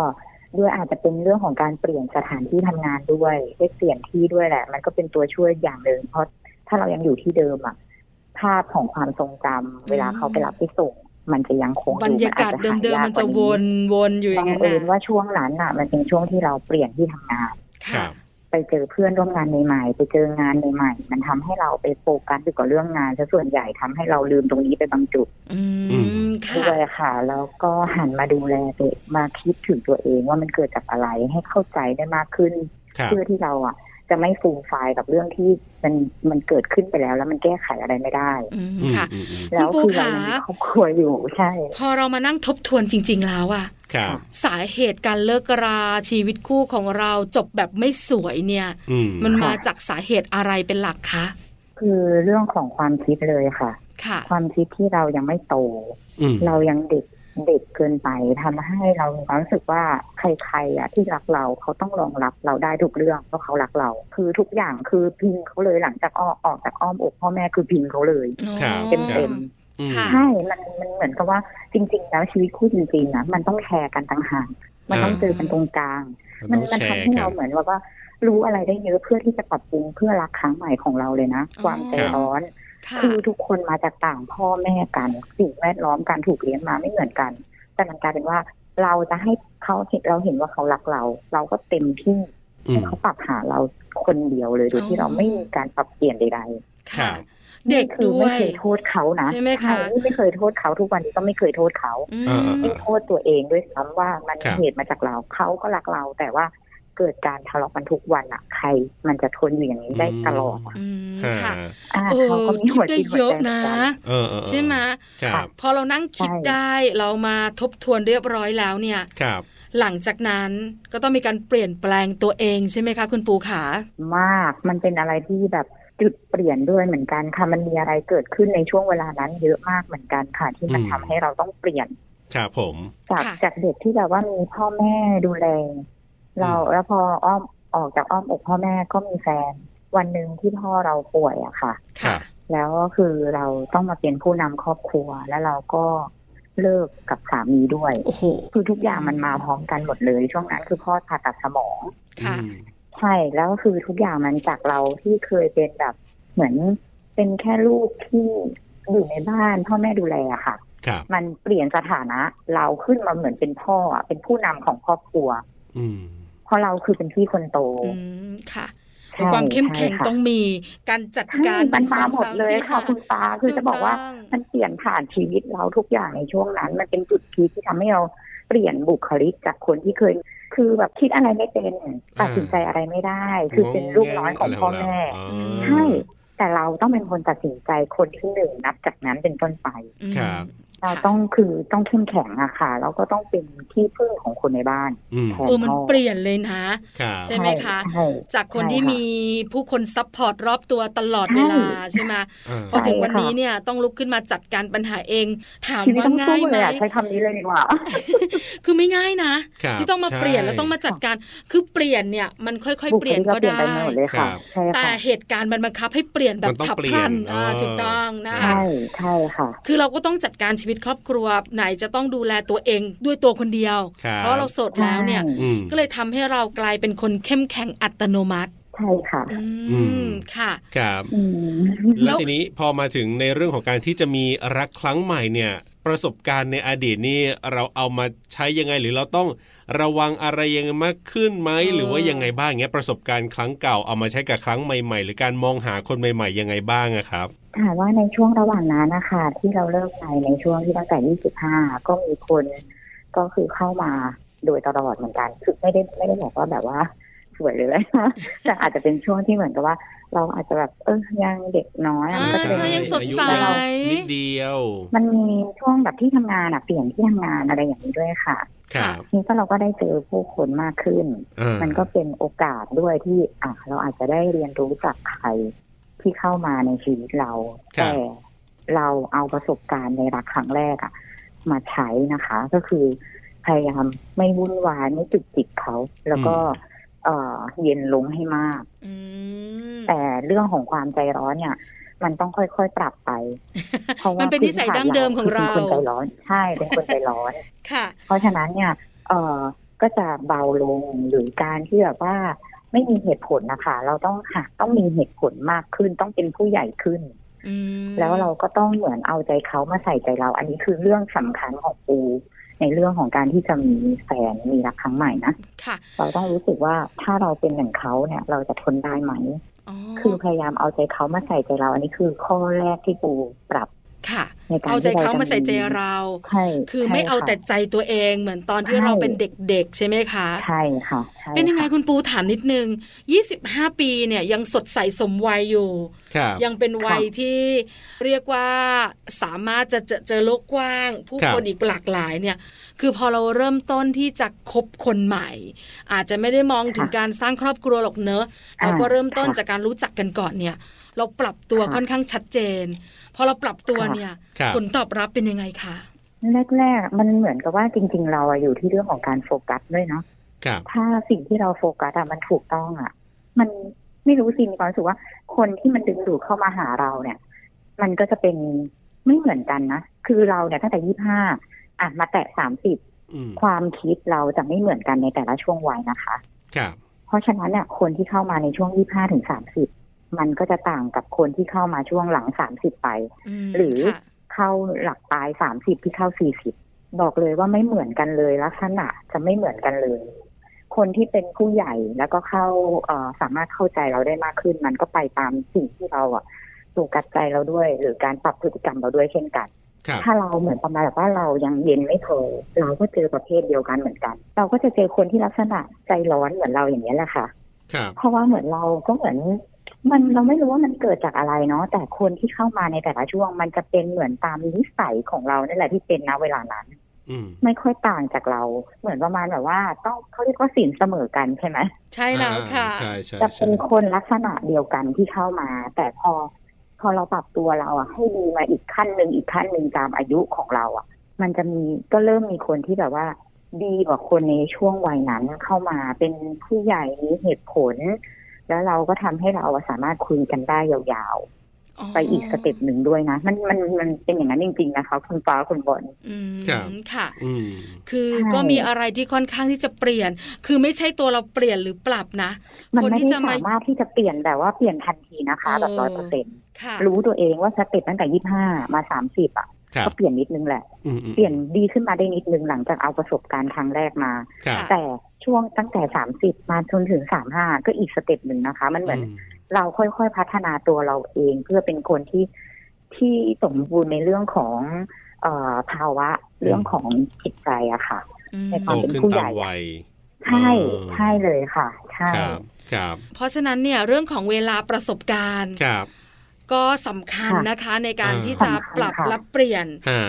Speaker 5: ด้วยอาจจะเป็นเรื่องของการเปลี่ยนสถานที่ทำงานด้วยได้เปลี่ยนที่ด้วยแหละ มันก็เป็นตัวช่วยอย่างหนึ่งเพราะถ้าเรายังอยู่ที่เดิมอะภาพของความทรงจำเวลาเขาไปรับไปส่ง มันจะยังคงอบ
Speaker 1: รร
Speaker 5: ยู่
Speaker 1: ยากาศ
Speaker 5: อจ
Speaker 1: เดิม
Speaker 5: หายก
Speaker 1: ๆมัน
Speaker 5: ก
Speaker 1: จะ
Speaker 5: ว่า
Speaker 1: วนวนอยู่อ
Speaker 5: บั
Speaker 1: ย่าง
Speaker 5: ง
Speaker 1: นั้น
Speaker 5: เอิญ
Speaker 1: นะ
Speaker 5: ว่าช่วงนั้นอ่ะ มันเป็นช่วงที่เราเปลี่ยนที่ทำงาน
Speaker 2: ครั
Speaker 1: ค่ะ
Speaker 2: บ
Speaker 5: ไปเจอเพื่อนร่วมงานใหม่ๆไปเจองานใหม่ๆมันทำให้เราไปโฟกัสอยู่กับเรื่องงานซะส่วนใหญ่ทำให้เราลืมตรงนี้ไปบางจุด
Speaker 1: อื
Speaker 2: อื
Speaker 1: ม
Speaker 2: ม
Speaker 1: ค่ะ
Speaker 5: ด้วยค่ะ แล้วก็หันมาดูแลตัวเองมาคิดถึงตัวเองว่ามันเกิดจากอะไรให้เข้าใจได้มากขึ้น
Speaker 2: ครับ
Speaker 5: เพื่อที่เราอ่ะ จะไม่ฟูมไฟายกับเรื่องที่มันมันเกิดขึ้นไปแล้ว แล้วมันแก้ไขอะไรไม่ได้
Speaker 1: อืม
Speaker 2: อืม
Speaker 1: ค่ะ
Speaker 2: อืมอืม
Speaker 5: แล้วคือเรายังมีครอบครัวอยู่ใช่
Speaker 1: พอเรามานั่งทบทวนจริง ๆ แล้วอะ
Speaker 2: ครับ
Speaker 1: สาเหตุการเลิกราชีวิตคู่ของเราจบแบบไม่สวยเนี่ย
Speaker 2: อืม
Speaker 1: มันมา
Speaker 5: ค่ะ
Speaker 1: จากสาเหตุอะไรเป็นหลักคะ
Speaker 5: คือเรื่องของความคิดเลยค่ะ
Speaker 1: ค่ะ
Speaker 5: ความคิดที่เรายังไม่โต
Speaker 2: อืม
Speaker 5: เรายังเด็กเด็กเกินไปทำให้เรามีความรู้สึกว่าใครๆอ่ะที่รักเราเขาต้องรองรับเราได้ทุกเรื่องเพราะเขารักเรา คือทุกอย่างคือพิงเขาเลยหลังจากออกออกจากอ้อมอกพ่อแม่คือพิงเขาเลย
Speaker 2: ครับ
Speaker 5: เต็มเต็ม
Speaker 2: อืม
Speaker 1: ค่ะ
Speaker 5: ๆใช่มันมันเหมือนกับว่าจริง ๆ แล้วชีวิตคู่จริงๆนะมันต้องแชร์กันต่างหากมันต้อง
Speaker 2: อ่า
Speaker 5: เจอกันตรงกลาง
Speaker 2: มัน
Speaker 5: มั
Speaker 2: ต้
Speaker 5: น
Speaker 2: อง
Speaker 5: มัน
Speaker 2: แช
Speaker 5: ทำ
Speaker 2: ร์
Speaker 5: ให้
Speaker 2: กั
Speaker 5: เรา
Speaker 2: น
Speaker 5: เหมือนว่าว่ารู้อะไรได้เยอะเพื่อที่จะปรับปรุงเพื่อรักครั้งใหม่ของเราเลยนะ ความใจ
Speaker 2: ครับ
Speaker 5: ร้อน
Speaker 1: ค่ะ
Speaker 5: คือทุกคนมาจากต่างพ่อแม่กันสิ่งแวดล้อมการถูกเลี้ยงมาไม่เหมือนกัน แต่มันกลายเป็นว่าเราจะให้เขาเห็นเราเห็นว่าเขารักเรา เราก็เต็มที่
Speaker 2: อืม
Speaker 5: เขาปรับหาเราคนเดียวเลยโดยที่เราไม่มีการปรับเปลี่ยนใด
Speaker 2: ครั
Speaker 1: ค่ะ
Speaker 2: บ
Speaker 5: ๆ
Speaker 1: เด็ก
Speaker 5: คือ
Speaker 1: ด้ว
Speaker 5: ไม่
Speaker 1: ย
Speaker 5: เคยโทษเขานะ
Speaker 1: ใช่ไหมคะ
Speaker 5: ใช่นี่ไม่เคยโทษเขาทุกวันนี้ก็ไม่เคยโทษเขา
Speaker 1: อื
Speaker 2: อ่า
Speaker 1: ม
Speaker 5: ไม่โทษตัวเองด้วยซ้ำว่ามัน
Speaker 2: ครับ
Speaker 5: เหตุมาจากเราเขาก็รักเรา แต่ว่าเกิดการทะเลาะกันทุกวันอะใคร มันจะทนอยู่อย่างนี้ได้ตลอดอะ
Speaker 1: อืม
Speaker 2: ฮะ
Speaker 1: ค่ะ
Speaker 5: อ่า
Speaker 1: เอ
Speaker 5: เขา
Speaker 1: อ
Speaker 5: ก็มี
Speaker 1: คิด
Speaker 5: หัว
Speaker 1: ได้
Speaker 5: จิตหั
Speaker 1: เยว อะ
Speaker 5: ใจเหมือ
Speaker 1: นะ
Speaker 5: นกัน
Speaker 2: เออเออเออ
Speaker 1: ใช่ไหม
Speaker 2: ครับ
Speaker 1: พอเรานั่งคิด
Speaker 5: ใช่
Speaker 1: ได้เรามาทบทวนเรียบร้อยแล้วเนี่ย
Speaker 2: ครับ
Speaker 1: หลังจากนั้นก็ต้องมีการเปลี่ยนแปลงตัวเองใช่ไหมคะคุณปูขา
Speaker 5: มากมันเป็นอะไรที่แบบจุดเปลี่ยนด้วยเหมือนกันค่ะมันมีอะไรเกิดขึ้นในช่วงเวลานั้น เยอะมากเหมือนกันค่ะที่มันทำให้เราต้องเปลี่ยน
Speaker 2: ครับผม
Speaker 5: จาก
Speaker 1: ค่ะ
Speaker 5: จากเด็กที่แบบว่ามีพ่อแม่ดูแลเรา
Speaker 2: อืม
Speaker 5: แล้วพออ้อมออกจากอ้อมอกพ่อแม่ก็มีแฟน วันหนึ่งที่พ่อเราป่วยอะค่ะ
Speaker 2: ครับ
Speaker 5: แล้วก็คือเราต้องมาเป็นผู้นำครอบครัวแล้วเราก็เลิกกับสามีด้วย
Speaker 1: โอ้โห
Speaker 5: คือทุกอย่างมันมาพร้อมกันหมดเลย ช่วงนั้นคือพ่อผ่าตัดสมอง
Speaker 1: ค่ะ
Speaker 2: อืม
Speaker 5: ใช่แล้วก็คือทุกอย่างมันจากเราที่เคยเป็นแบบเหมือนเป็นแค่ลูกที่อยู่ในบ้านพ่อแม่ดูแลอะค่ะ
Speaker 2: ครับ
Speaker 5: มันเปลี่ยนสถานะ เราขึ้นมาเหมือนเป็นพ่ออะเป็นผู้นำของครอบครัว
Speaker 2: อืม
Speaker 5: เพราะเราคือเป็นพี่คนโต
Speaker 1: อืมค่ะ
Speaker 5: ใช่
Speaker 1: ความเข้มแข็ง
Speaker 5: ใช่ค่ะ
Speaker 1: ต้องมีการจัด
Speaker 5: ใช่
Speaker 1: การ
Speaker 5: มันมา
Speaker 1: นึ่ง
Speaker 5: หม
Speaker 1: ส
Speaker 5: ด
Speaker 1: องส
Speaker 5: เลย
Speaker 1: สี่
Speaker 5: ค่ะ
Speaker 1: ห้า
Speaker 5: คุณตาคือจะบอกว่า
Speaker 1: ถูต้ง
Speaker 5: มันเปลี่ยนผ่านชีวิตเราทุกอย่างในช่วงนั้น มันเป็นจุดพีคที่ทำให้เราเปลี่ยนบุคลิกจากคนที่เคย คือแบบคิดอะไรไม่เป็นตัดสินใจอะไรไม่ได้ คือเป็นลูกน้อยของพ่อแม่
Speaker 1: ม
Speaker 5: ใช่ แต่เราต้องเป็นคนตัดสินใจคนที่หนึ่งนับจากนั้นเป็นต้นไป
Speaker 1: อืม
Speaker 2: ครับ
Speaker 5: เรา
Speaker 1: ค่ะ
Speaker 5: ต้องคือต้องเข้มแข็งอะค่ะแล้วก็ต้องเป็นที่พึ่งของคนในบ้าน
Speaker 2: อืม
Speaker 5: ใช่
Speaker 1: เออมันเปลี่ยนเลยนะ
Speaker 2: ครับ
Speaker 1: ใช่ไหมคะ
Speaker 5: ใช่
Speaker 1: จากคน
Speaker 5: ใช่
Speaker 1: ที่
Speaker 5: ค่ะ
Speaker 1: มีผู้คนซัพพอร์ตรอบตัวตลอดเวลา
Speaker 5: ใช่
Speaker 1: ใช่ไหม
Speaker 2: อ่า
Speaker 1: พอถึงวัน
Speaker 5: ค่ะ
Speaker 1: นี้เนี่ยต้องลุกขึ้นมาจัดการปัญหาเอง ถาม
Speaker 5: ชีวิต
Speaker 1: ว่า
Speaker 5: ต้อง
Speaker 1: ง่า
Speaker 5: สู้
Speaker 1: ยไหม
Speaker 5: เลยอะใช้คำนี้เลยดีกว่า
Speaker 1: คือไม่ง่ายนะครับ ที่ต้องมา
Speaker 2: ใช่
Speaker 1: เปลี่ยนแล้วต้องมาจัดการ คือเปลี่ยนเนี่ยมันค่อยๆ เปลี่ยนก็
Speaker 5: บุคลิกเราเปลี่ยน
Speaker 1: ได้
Speaker 5: ไปหมดเลยค่ะ
Speaker 2: ครับ
Speaker 5: ใช่
Speaker 1: แต่
Speaker 5: ค่ะ
Speaker 1: เหตุการณ์มันบังคับให้เปลี่ยนแบ
Speaker 2: มั
Speaker 1: บ
Speaker 2: นต้อง
Speaker 1: ฉับ
Speaker 2: เป
Speaker 1: พ
Speaker 2: ลี่ย
Speaker 1: ลั
Speaker 2: น
Speaker 1: นอ่า
Speaker 2: เออ
Speaker 1: ถูกต้องนะ
Speaker 2: แต่
Speaker 1: คะ
Speaker 5: ใช่ใช่ค่ะ
Speaker 1: คือเราก็ต้องจัดการชีวิตครอบครัวไหนจะต้องดูแลตัวเองด้วยตัวคนเดียว
Speaker 2: ครับ
Speaker 1: เพราะเราโสดแล้วเนี่ย
Speaker 2: อืม
Speaker 1: ก็เลยทำให้เรากลายเป็นคนเข้มแข็งอัตโนมัติ
Speaker 5: ใช่ค่ะ
Speaker 1: อื
Speaker 2: อื
Speaker 1: ม
Speaker 2: ม
Speaker 1: ค่ะ
Speaker 2: ครับ
Speaker 5: อืม
Speaker 2: แล้วทีนี้พอมาถึงในเรื่องของการที่จะมีรักครั้งใหม่เนี่ย ประสบการณ์ในอดีตนี่เราเอามาใช้ยังไง หรือเราต้องระวังอะไรยังไงมากขึ้นไหม
Speaker 1: เออ
Speaker 2: หรือว่ายังไงบ้างเงี้ยประสบการณ์ครั้งเก่าเอามาใช้กับครั้งใหม่ ๆ หรือการมองหาคนใหม่ ๆ ยังไงบ้างอะครับ
Speaker 5: ถามว่าในช่วงระหว่างนั้นนะคะที่เราเลิกไปในช่วงที่ตั้งแต่ 25 ก็มีคนก็คือเข้ามาโดยตลอดเหมือนกันคือไม่ได้ไม่ได้บอกว่าแบบว่าสวยเลยนะ แต่อาจจะเป็นช่วงที่เหมือนกับว่า เราอาจจะแบบเออยังเด็กน้อยอะ
Speaker 1: อ่า
Speaker 5: มันก็จะ
Speaker 1: ใช่
Speaker 5: เป็น
Speaker 1: ยังสดใส
Speaker 2: อายุเรานิดเดียว
Speaker 5: มันมีช่วงแบบที่ทำงานอะเปลี่ยนที่ทำงานอะไรอย่างนี้ด้วยค่ะ
Speaker 2: ครับ
Speaker 5: นี่ก็เราก็ได้เจอผู้คนมากขึ้น
Speaker 2: อ่า
Speaker 5: มันก็เป็นโอกาสด้วยที่อ่ะเราอาจจะได้เรียนรู้จากใครที่เข้ามาในชีวิตเรา แต่เราเอาประสบการณ์ในรักครั้งแรกอะมาใช้นะคะ ก็คือพยายามไม่วุ่นวายไม่จุกจิกเขา แล้วก็เอ่อเย็นลงให้มาก
Speaker 1: อืม
Speaker 5: แต่เรื่องของความใจร้อนเนี่ย มันต้องค่อยๆปรับไป
Speaker 1: มันเป็นนิสัยดั้งเดิมของเรา
Speaker 5: คืป็นคนใจร้อนใช่เป็นคนใจร้อน
Speaker 1: ค่ะ
Speaker 5: เพราะฉะนั้นเนี่ย เออก็จะเบาลงหรือการที่แบบว่าไม่มีเหตุผลนะคะ เราต้องหาต้องมีเหตุผลมากขึ้น ต้องเป็นผู้ใหญ่ขึ้น
Speaker 1: อืม
Speaker 5: แล้วเราก็ต้องเหมือนเอาใจเขามาใส่ใจเรา อันนี้คือเรื่องสำคัญของปู ในเรื่องของการที่จะมีแฟนมีรักครั้งใหม่นะ
Speaker 1: ค่ะ
Speaker 5: เราต้องรู้สึกว่าถ้าเราเป็นหนึ่งเขาเนี่ย เราจะทนได้ไหม
Speaker 1: อ๋อ
Speaker 5: คือพยายามเอาใจเขามาใส่ใจเรา อันนี้คือข้อแรกที่ปูปรับ
Speaker 1: ค่ะ
Speaker 5: ในการ
Speaker 1: เอาใจ
Speaker 5: ที่ร
Speaker 1: เขามาใส่ใจเรา
Speaker 5: ใช่
Speaker 1: คือไม่เอาแต่ใจตัวเองเหมือนตอนที่เราเป็นเด็กๆ ใช่ไหมคะ
Speaker 5: ใช่ค่ะใช่ค่ะ
Speaker 1: เป็นยังไงคุณปูถามนิดนึง 25 ปีเนี่ยยังสดใสสมวัยอยู่
Speaker 2: ครับ
Speaker 1: ยังเป็นวัยที่เรียกว่าสามารถจะเจอเจอโลกกว้าง ผู้
Speaker 2: ครับ
Speaker 1: คนอีกหลากหลายเนี่ย คือพอเราเริ่มต้นที่จะคบคนใหม่ อาจจะไม่ได้มองถึง
Speaker 5: ค่ะ
Speaker 1: การสร้างครอบครัวหรอกเนอะ
Speaker 5: อ่า
Speaker 1: เราก็เริ่มต้น
Speaker 5: ค่ะ
Speaker 1: จากการรู้จักกันก่อนเนี่ย เราปรับตัว
Speaker 5: ค่ะ
Speaker 1: ค่อนข้างชัดเจน พอเราปรับตัว
Speaker 5: ค่ะ
Speaker 1: เนี่ย
Speaker 2: ครับ
Speaker 1: ผลตอบรับเป็นยังไงคะ
Speaker 5: แรกๆ มันเหมือนกับว่าจริง ๆ เราอะอยู่ที่เรื่องของการโฟกัสด้วยเนาะ
Speaker 2: ครับ
Speaker 5: ถ้าสิ่งที่เราโฟกัสอะมันถูกต้องอะมันไม่รู้สิมีความรู้สึกว่าคนที่มันดึงดูดเข้ามาหาเราเนี่ย มันก็จะเป็นไม่เหมือนกันนะ คือเราเนี่ยตั้งแต่ยี่ห้าอะมาแตะสามสิบ
Speaker 2: อืม
Speaker 5: ความคิดเราจะไม่เหมือนกันในแต่ละช่วงวัยนะคะ
Speaker 2: ครับ
Speaker 5: เพราะฉะนั้นเนี่ยคนที่เข้ามาในช่วงยี่ห้าถึงสามสิบมันก็จะต่างกับคนที่เข้ามาช่วงหลังสามสิบไป
Speaker 1: ม
Speaker 5: หรือ
Speaker 1: ค่ะ
Speaker 5: เข้าหลักปลายสามสิบที่เข้าสี่สิบบอกเลยว่าไม่เหมือนกันเลยลักษณะจะไม่เหมือนกันเลย คนที่เป็นผู้ใหญ่แล้วก็เข้าเอ่อสามารถเข้าใจเราได้มากขึ้น มันก็ไปตามสิ่งที่เราอะสูกัดใจเราด้วย หรือการปรับพฤติกรรมเราด้วยเช่นกัน
Speaker 2: ครับ
Speaker 5: ถ้าเราเหมือนประมาณแบบว่าเรายังเย็นไม่พอเราก็เจอประเภทเดียวกันเหมือนกัน เราก็จะเจอคนที่ลักษณะใจร้อนเหมือนเราอย่างนี้ยแหละค่ะ
Speaker 2: ครับ
Speaker 5: เพราะว่าเหมือนเราก็เหมือน มันเราไม่รู้ว่ามันเกิดจากอะไรเนาะแต่คนที่เข้ามาในแต่ละช่วง มันจะเป็นเหมือนตามนิสัยของเรานั่นแหละที่เป็นนะเวลานั้น
Speaker 2: อืม
Speaker 5: ไม่ค่อยต่างจากเรา เหมือนประมาณแบบว่า ต้องเขาเรียกว่าสินเสมอกันใช่ไหม
Speaker 1: ใช่แล้วค่ะ
Speaker 2: อ่าใช่ใช่
Speaker 5: จะ
Speaker 2: ใช่
Speaker 5: เป็นคนลักษณะเดียวกันที่เข้ามา แต่พอพอเราปรับตัวเราอะให้ดีมาอีกขั้นหนึ่งอีกขั้นหนึ่งตามอายุของเราอะมันจะมีก็เริ่มมีคนที่แบบว่า ดีกว่าคนในช่วงวัยนั้นเข้ามาเป็นผู้ใหญ่มีเหตุผล แล้วเราก็ทำให้เราอะสามารถคุยกันได้ยาวๆ ไปอีกสเต็ปหนึ่งด้วยนะมันมันมันเป็นอย่างนั้นจริง ๆ นะคะ คุณฟ้าคุณบอล
Speaker 1: อืมค่ะ
Speaker 2: อืม
Speaker 1: คือ
Speaker 5: ใช่
Speaker 1: ก็มีอะไรที่ค่อนข้างที่จะเปลี่ยน คือไม่ใช่ตัวเราเปลี่ยนหรือปรับนะ
Speaker 5: มัน
Speaker 1: คน
Speaker 5: ไม่
Speaker 1: ที่
Speaker 5: ได้
Speaker 1: จะมา
Speaker 5: สามารถที่จะเปลี่ยนแบบว่าเปลี่ยนทันทีนะคะแบบ
Speaker 1: เอ
Speaker 5: ร้อ
Speaker 1: อ
Speaker 5: ยเปอร์เซ็นต์
Speaker 1: ค่ะ
Speaker 5: รู้ตัวเองว่าสเต็ปตั้งแต่ยี่ห้ามาสามสิบอ่ะ
Speaker 2: ครับ
Speaker 5: ก็เปลี่ยนนิดนึงแหละ
Speaker 2: อืมอืม
Speaker 5: เปลี่ยนดีขึ้นมาได้นิดนึงหลังจากเอาประสบการณ์ครั้งแรกมา
Speaker 2: ครับ
Speaker 5: แต่ช่วงตั้งแต่สามสิบมาจนถึงสามห้าก็อีกสเต็ปหนึ่งนะคะ มันเหมือน
Speaker 2: อืม
Speaker 5: เราค่อยๆพัฒนาตัวเราเองเพื่อเป็นคนที่ที่สมบูรณ์ในเรื่องของเออภาวะเรื่องของจิตใจอะค่ะ
Speaker 1: อืม
Speaker 5: ในค
Speaker 2: โต
Speaker 5: วามเป็น
Speaker 2: ขึ้นตามวัย
Speaker 5: ใช่
Speaker 2: เออ
Speaker 5: ใช่เลยค่ะ ใช่
Speaker 2: ครับครับ
Speaker 1: เพราะฉะนั้นเนี่ยเรื่องของเวลาประสบการณ์
Speaker 2: ครับ
Speaker 1: ก็สำคัญ
Speaker 5: ค่ะ
Speaker 1: นะคะในการ
Speaker 2: อ่า
Speaker 1: ที่จะปรับ
Speaker 5: สำคัญค่ะ
Speaker 1: และเปลี่ยน
Speaker 2: ฮะ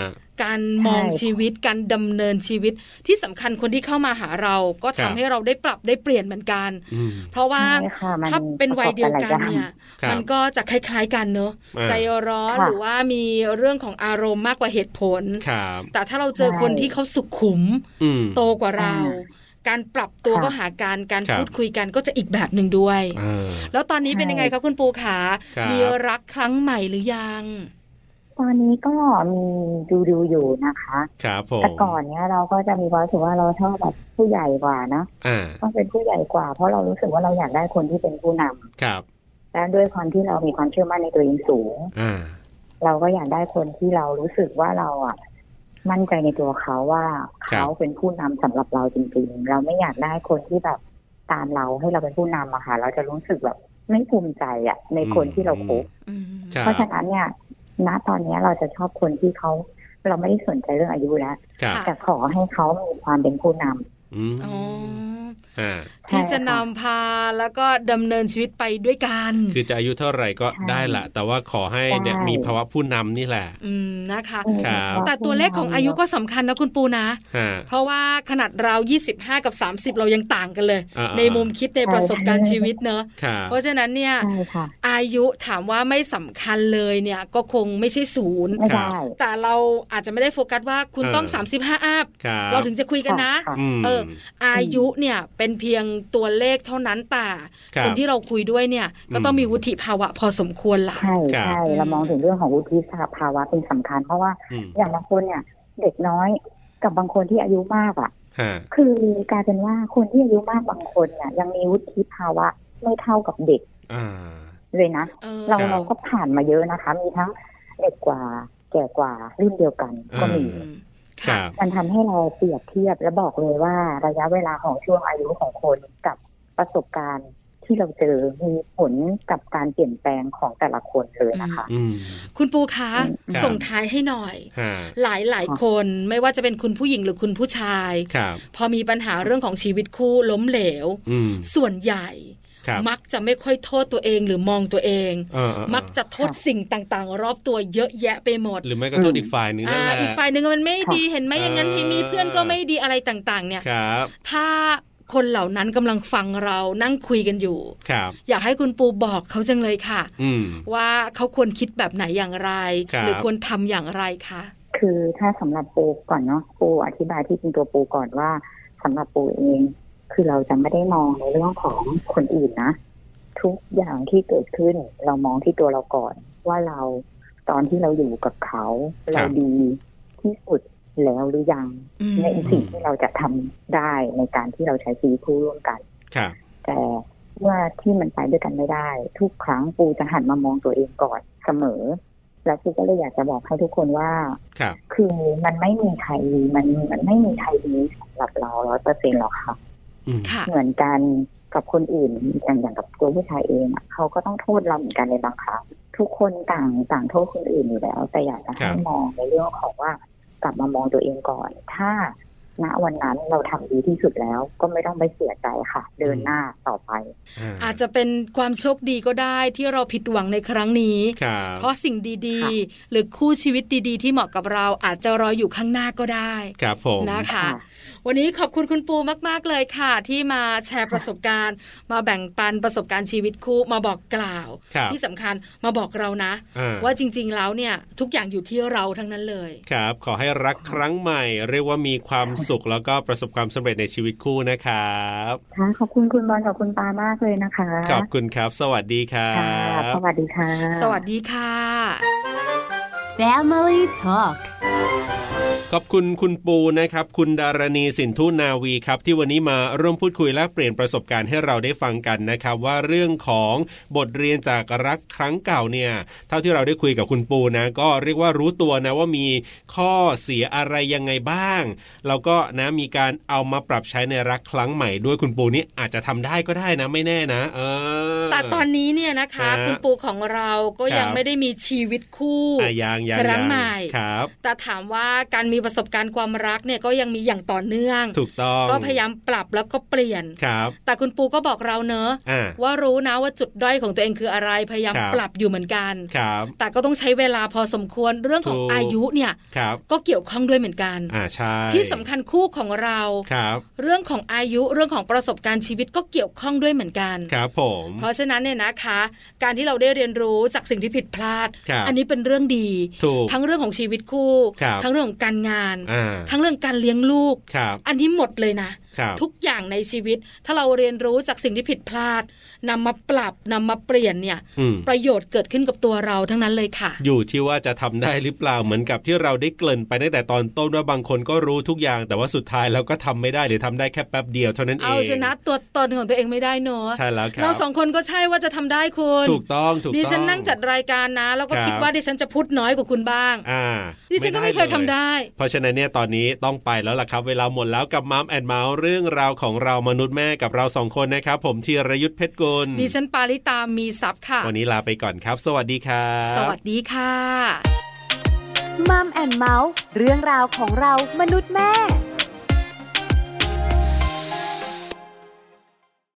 Speaker 1: การมอง
Speaker 5: ใช่
Speaker 1: ชีวิตการดำเนินชีวิตที่สำคัญคนที่เข้ามาหาเราก็ทำให้เราได้ปรับได้เปลี่ยนเหมือนกัน
Speaker 2: อืม
Speaker 1: เพราะว่า
Speaker 5: ใช่ค่ะมัน
Speaker 1: ถ้าเป็นวัยเดียว
Speaker 5: ประ
Speaker 1: กั
Speaker 5: อบบ
Speaker 1: น
Speaker 5: หลาอาง
Speaker 1: เนี่ย
Speaker 2: ครับ
Speaker 1: มันก็จะคล้าย ๆ กันเนอะ
Speaker 2: อ่า
Speaker 1: ใจร้อน
Speaker 5: ค่ะ
Speaker 1: หรือว่ามีเรื่องของอารมณ์มากกว่าเหตุผล
Speaker 2: ครับ
Speaker 1: แต่ถ้าเราเจอ
Speaker 5: ใช่
Speaker 1: คนที่เขาสุขุม
Speaker 2: อืม
Speaker 1: โตกว่าเรา
Speaker 5: อ่
Speaker 1: การปรับตัว
Speaker 5: ค่ะ
Speaker 1: ก็หาการการ
Speaker 2: ครับ
Speaker 1: พูดคุยกันก็จะอีกแบบหนึ่งด้วย
Speaker 2: อ่า
Speaker 1: แล้วตอนนี้เป็นยังไงคะคุณปูขา
Speaker 2: ครับ
Speaker 1: มีรักครั้งใหม่หรือยัง
Speaker 5: ตอนนี้ก็มีดูดูๆอยู่นะคะ
Speaker 2: ครับผม
Speaker 5: แต่ก่อนเนี้ยเราก็จะมีความรู้สึกว่าเราชอบแบบผู้ใหญ่กว่านะ
Speaker 2: อ่า
Speaker 5: ต้องเป็นผู้ใหญ่กว่า เพราะเรารู้สึกว่าเราอยากได้คนที่เป็นผู้นำ
Speaker 2: ครับ
Speaker 5: และด้วยความที่เรามีความเชื่อมั่นในตัวเองสูง
Speaker 2: อ่า
Speaker 5: เราก็อยากได้คนที่เรารู้สึกว่าเราอ่ะมั่นใจในตัวเขาว่า
Speaker 2: ครับ
Speaker 5: เขาเป็นผู้นำสำหรับเราจริงๆ เราไม่อยากได้คนที่แบบตามเราให้เราเป็นผู้นำอะค่ะ เราจะรู้สึกแบบไม่ภูมิใจอะในคนที่เราคบ
Speaker 1: อืม
Speaker 2: ครั
Speaker 5: เพ
Speaker 2: บ
Speaker 5: ราะฉะนั้นเนี่ยณตอนเนี้ยเราจะชอบคนที่เขาเราไม่ได้สนใจเรื่องอายุแล้ว
Speaker 2: ครับ
Speaker 5: แต่ขอให้เขามีความเป็นผู้นำ
Speaker 2: อืม
Speaker 1: อ๋อ
Speaker 2: อ่า
Speaker 1: ที่
Speaker 5: ใช่
Speaker 1: จะ
Speaker 5: ค่ะ
Speaker 1: นำพาแล้วก็ดำเนินชีวิตไปด้วยกัน
Speaker 2: คือจะอายุเท่าไหร่ก็
Speaker 5: ใช่
Speaker 2: ได้ละ แต่ว่าขอให้เนี่ย
Speaker 5: ใช่
Speaker 2: มีภาวะผู้นำนี่แหละ
Speaker 1: อืมนะคะ
Speaker 2: ครับ
Speaker 1: แต่ตัวเลขของอายุก็สำคัญนะคุณปูนะ
Speaker 2: ฮะ
Speaker 1: เพราะว่าขนาดเรา 25 กับ 30 เรายังต่างกันเลย
Speaker 2: อ่าๆ
Speaker 1: ในมุมคิดในประสบการณ์ชีวิตเนอะ
Speaker 2: ครับ
Speaker 1: เพราะฉะนั้นเนี่ย
Speaker 5: ใช่ค่ะ
Speaker 1: อายุถามว่าไม่สำคัญเลยเนี่ยก็คงไม่ใช่ศูนย์
Speaker 5: ไม่ได้
Speaker 1: แต่เราอาจจะไม่ได้โฟกัสว่าคุณต้อง 35อัพ
Speaker 2: ครับ
Speaker 1: เราถึงจะคุยกันนะ
Speaker 5: ค่
Speaker 2: อืม
Speaker 1: เออ อายุเนี่ยเป็นเพียงตัวเลขเท่านั้นแต่
Speaker 2: ครับ
Speaker 1: คนที่เราคุยด้วยเนี่ยก็ต้องมีวุฒิภาวะพอสมควรล่ะ
Speaker 5: ใช่
Speaker 2: ครับ
Speaker 5: ใช่
Speaker 1: อืม
Speaker 5: เรามองถึงเรื่องของวุฒิภาวะเป็นสำคัญ เพราะว่า
Speaker 2: อืม
Speaker 5: อย่างบางคนเนี่ย เด็กน้อยกับบางคนที่อายุมากอ่ะ
Speaker 2: ฮะ
Speaker 5: คือกลายเป็นว่าคนที่อายุมากบางคนเนี่ยยังมีวุฒิภาวะไม่เท่ากับเด็ก
Speaker 2: อ่า
Speaker 5: เลยนะ
Speaker 1: ออ
Speaker 5: เราเราก็ผ่านมาเยอะนะคะ มีทั้งเด็กกว่า แก่กว่ารุ่นเดียวกันก็มี
Speaker 1: อืม
Speaker 2: ค
Speaker 1: ค่ะ
Speaker 2: รับ
Speaker 5: มันทำให้เราเปรียบเทียบและบอกเลยว่าระยะเวลาของช่วงอายุของคนกับประสบการณ์ที่เราเจอมีผลกับการเปลี่ยนแปลงของแต่ละคนเลยนะคะ
Speaker 2: อืม
Speaker 1: คุณปูคะ
Speaker 2: ครับ
Speaker 1: ส่งท้ายให้หน่อย
Speaker 2: ฮะ
Speaker 1: หลายหลายๆคนไม่ว่าจะเป็นคุณผู้หญิงหรือคุณผู้ชาย
Speaker 2: ครับ
Speaker 1: พอมีปัญหาเรื่องของชีวิตคู่ล้มเหลว
Speaker 2: อืม
Speaker 1: ส่วนใหญ่
Speaker 2: ครับ
Speaker 1: มักจะไม่ค่อยโทษตัวเองหรือมองตัวเอง
Speaker 2: เออเออเออ
Speaker 1: มักจะโทษ
Speaker 5: ค่ะ
Speaker 1: สิ่งต่างๆ รอบตัวเยอะแยะไปหมด
Speaker 2: หรือไม่ก็โทษอีกฝ่ายหนึ่งนั่น
Speaker 1: อ่า
Speaker 2: แหละ
Speaker 1: อีกฝ่ายหนึ่งมันไม่
Speaker 5: ค่ะ
Speaker 1: ดีเห็นไหมอย่างนั้น
Speaker 2: เออ
Speaker 1: มีเพื่อนก็ไม่ดีอะไรต่างๆ เนี่ย
Speaker 2: ครับ
Speaker 1: ถ้าคนเหล่านั้นกำลังฟังเรานั่งคุยกันอยู่
Speaker 2: ครับ
Speaker 1: อยากให้คุณปูบอกเขาจังเลยค่ะ
Speaker 2: อืม
Speaker 1: ว่าเขาควรคิดแบบไหนอย่างไร
Speaker 2: ครั
Speaker 1: ห
Speaker 2: บ
Speaker 1: รือควรทำอย่างไรคะ
Speaker 5: คือถ้าสำหรับปูก่อนเนาะปูอธิบายที่เป็นตัวปูก่อนว่าสำหรับปูเองคือเราจะไม่ได้มองในเรื่องของคนอื่นนะ ทุกอย่างที่เกิดขึ้นเรามองที่ตัวเราก่อน ว่าเราตอนที่เราอยู่กับเขา เราดีที่สุดแล้วหรือยัง
Speaker 1: อืม
Speaker 5: ในสิ่งที่เราจะทำได้ในการที่เราใช้ชีวิตคู่ร่วมกัน
Speaker 2: ครับ
Speaker 5: แต่เมื่อที่มันไปด้วยกันไม่ได้ ทุกครั้งปูจะหันมามองตัวเองก่อนเสมอ แล้วปูก็เลยอยากจะบอกให้ทุกคนว่า
Speaker 2: ครับ
Speaker 5: คือมันไม่มีใครดีมันมันไม่มีใครดีสำหรับเราร้อยเปอร์เซ็นต์หรอกค่ะ
Speaker 2: อืม
Speaker 1: ค่ะ
Speaker 5: เหมือนกันกับคนอื่นอย่างอย่างกับตัวผู้ชายเองอะเขาก็ต้องโทษเราเหมือนกันในบางครั้งทุกคนต่างต่างโทษคนอื่นอยู่แล้ว แต่อยากจะให้มองในเรื่องของว่ากลับมามองตัวเองก่อน ถ้าณวันนั้นเราทำดีที่สุดแล้ว ก็ไม่ต้องไปเสียใจค่ะ เดินหน้าต่อไป
Speaker 1: อาจจะเป็นความโชคดีก็ได้ที่เราผิดหวังในครั้งนี้
Speaker 2: ครับ
Speaker 1: เพราะสิ่งดีๆ หรือคู่ชีวิตดีๆ ที่เหมาะกับเราอาจจะรออยู่ข้างหน้าก็ได้
Speaker 2: ครับผม
Speaker 1: นะคะ วันนี้ขอบคุณคุณปูมาก ๆ เลยค่ะ ที่มาแชร์ประสบการณ์ มาแบ่งปันประสบการณ์ชีวิตคู่มาบอกกล่าว
Speaker 2: ครับ
Speaker 1: ที่สำคัญมาบอกเรานะ
Speaker 2: อ่า
Speaker 1: ว่าจริง ๆ แล้วเนี่ยทุกอย่างอยู่ที่เราทั้งนั้นเลย
Speaker 2: ครับ ขอให้รักครั้งใหม่ เรียกว่ามีความสุขแล้วก็ประสบความสำเร็จในชีวิตคู่นะครับ
Speaker 5: ค่ะ ขอบคุณคุณบอลกับคุณปามากเลยนะคะ
Speaker 2: ขอบคุณครับ สวัสดีครั
Speaker 5: ค่ะ
Speaker 2: บ
Speaker 5: สวัสดีค่ะ
Speaker 1: สวัสดีค่ะ
Speaker 4: Family Talk
Speaker 2: ขอบคุณคุณปูนะครับ คุณดารณีสินทุนาวีครับ ที่วันนี้มาร่วมพูดคุยและเปลี่ยนประสบการณ์ให้เราได้ฟังกันนะครับ ว่าเรื่องของบทเรียนจากรักครั้งเก่าเนี่ย เท่าที่เราได้คุยกับคุณปูนะ ก็เรียกว่ารู้ตัวนะว่ามีข้อเสียอะไรยังไงบ้าง แล้วก็นะมีการเอามาปรับใช้ในรักครั้งใหม่ด้วยคุณปูนี่อาจจะทำได้ก็ได้นะไม่แน่นะ เออ
Speaker 1: แต่ตอนนี้เนี่ยนะคะ
Speaker 2: ฮะ
Speaker 1: คุณปูของเราก็ยัง
Speaker 2: ครับ
Speaker 1: ไม่ได้มีชีวิตคู่
Speaker 2: อ่ะยังยัง
Speaker 1: ครั้ง
Speaker 2: ยัง
Speaker 1: ใหม่
Speaker 2: ครับ
Speaker 1: แต่ถามว่าการมีประสบการณ์ความรักเนี่ยก็ยังมีอย่างต่อเนื่อง
Speaker 2: ถูกต้อง
Speaker 1: ก็พยายามปรับแล้วก็เปลี่ยน
Speaker 2: ครับ
Speaker 1: แต่คุณปูก็บอกเราเนอะ
Speaker 2: อ่า
Speaker 1: ว่ารู้นะว่าจุดด้อยของตัวเองคืออะไรพยายาม
Speaker 2: ครับ
Speaker 1: ปรับอยู่เหมือนกัน
Speaker 2: ครับ
Speaker 1: แต่ก็ต้องใช้เวลาพอสมควรเรื่องของ
Speaker 2: ถูก
Speaker 1: อายุเนี่ย
Speaker 2: ครับ
Speaker 1: ก็เกี่ยวข้องด้วยเหมือนกัน
Speaker 2: อ่าใช่
Speaker 1: ที่สำคัญคู่ของเรา
Speaker 2: ครับ
Speaker 1: เรื่องของอายุเรื่องของประสบการณ์ชีวิตก็เกี่ยวข้องด้วยเหมือนกัน
Speaker 2: ครับผม
Speaker 1: เพราะฉะนั้นเนี่ยนะคะ การที่เราได้เรียนรู้จากสิ่งที่ผิดพลาด
Speaker 2: ครับ
Speaker 1: อันนี้เป็นเรื่องดี
Speaker 2: ถูก
Speaker 1: ทั้งเรื่องของชีวิตคู่
Speaker 2: ครับ
Speaker 1: ทั้งเรื่องของการงาน
Speaker 2: อ่า
Speaker 1: ทั้งเรื่องการเลี้ยงลูก
Speaker 2: ครับ
Speaker 1: อันนี้หมดเลยนะ
Speaker 2: ครับ
Speaker 1: ทุกอย่างในชีวิต ถ้าเราเรียนรู้จากสิ่งที่ผิดพลาดนำมาปรับนำมาเปลี่ยนเนี่ย
Speaker 2: อืม
Speaker 1: ประโยชน์เกิดขึ้นกับตัวเราทั้งนั้นเลยค่ะ
Speaker 2: อยู่ที่ว่าจะทำได้หรือเปล่าเหมือนกับที่เราได้เกริ่นไปตั้งแต่ตอนต้นว่าบางคนก็รู้ทุกอย่าง แต่ว่าสุดท้ายเราก็ทำไม่ได้หรือทำได้แค่แป๊บเดียวเท่านั้นเอง
Speaker 1: เอาชนะตัวตนของตัวเองไม่ได้เนอะ
Speaker 2: ใช่แล้วครั
Speaker 1: เราสองคนก็ใช่ว่าจะทำได้คุณ
Speaker 2: ถูกต้องถูกต้อง
Speaker 1: ดิฉันนั่งจัดรายการนะ แล้วก็
Speaker 2: ครับ
Speaker 1: คิดว่าดิฉันจะพูดน้อยกว่าคุณบ้าง
Speaker 2: อ่า
Speaker 1: ดิฉันก็ไม่เคย
Speaker 2: ล
Speaker 1: ทำได้
Speaker 2: เพราะฉะนั้นเนี่ยตอนนี้ต้องไปแล้วล่ะครับ เวลาหมดแล้วกับมัมแอนเมาส์เรื่องราวของเรามนุษย์แม่กับเราสองคนนะครับ ผมธีรยุทธเพชรกุล
Speaker 1: ดิฉันปาริตามีซับค่ะ
Speaker 2: วันนี้ลาไปก่อนครับ สวัสดีครับ
Speaker 1: สวัสดีค่ะ
Speaker 4: มัมแอนเมาส์เรื่องราวของเรามนุษย์แม่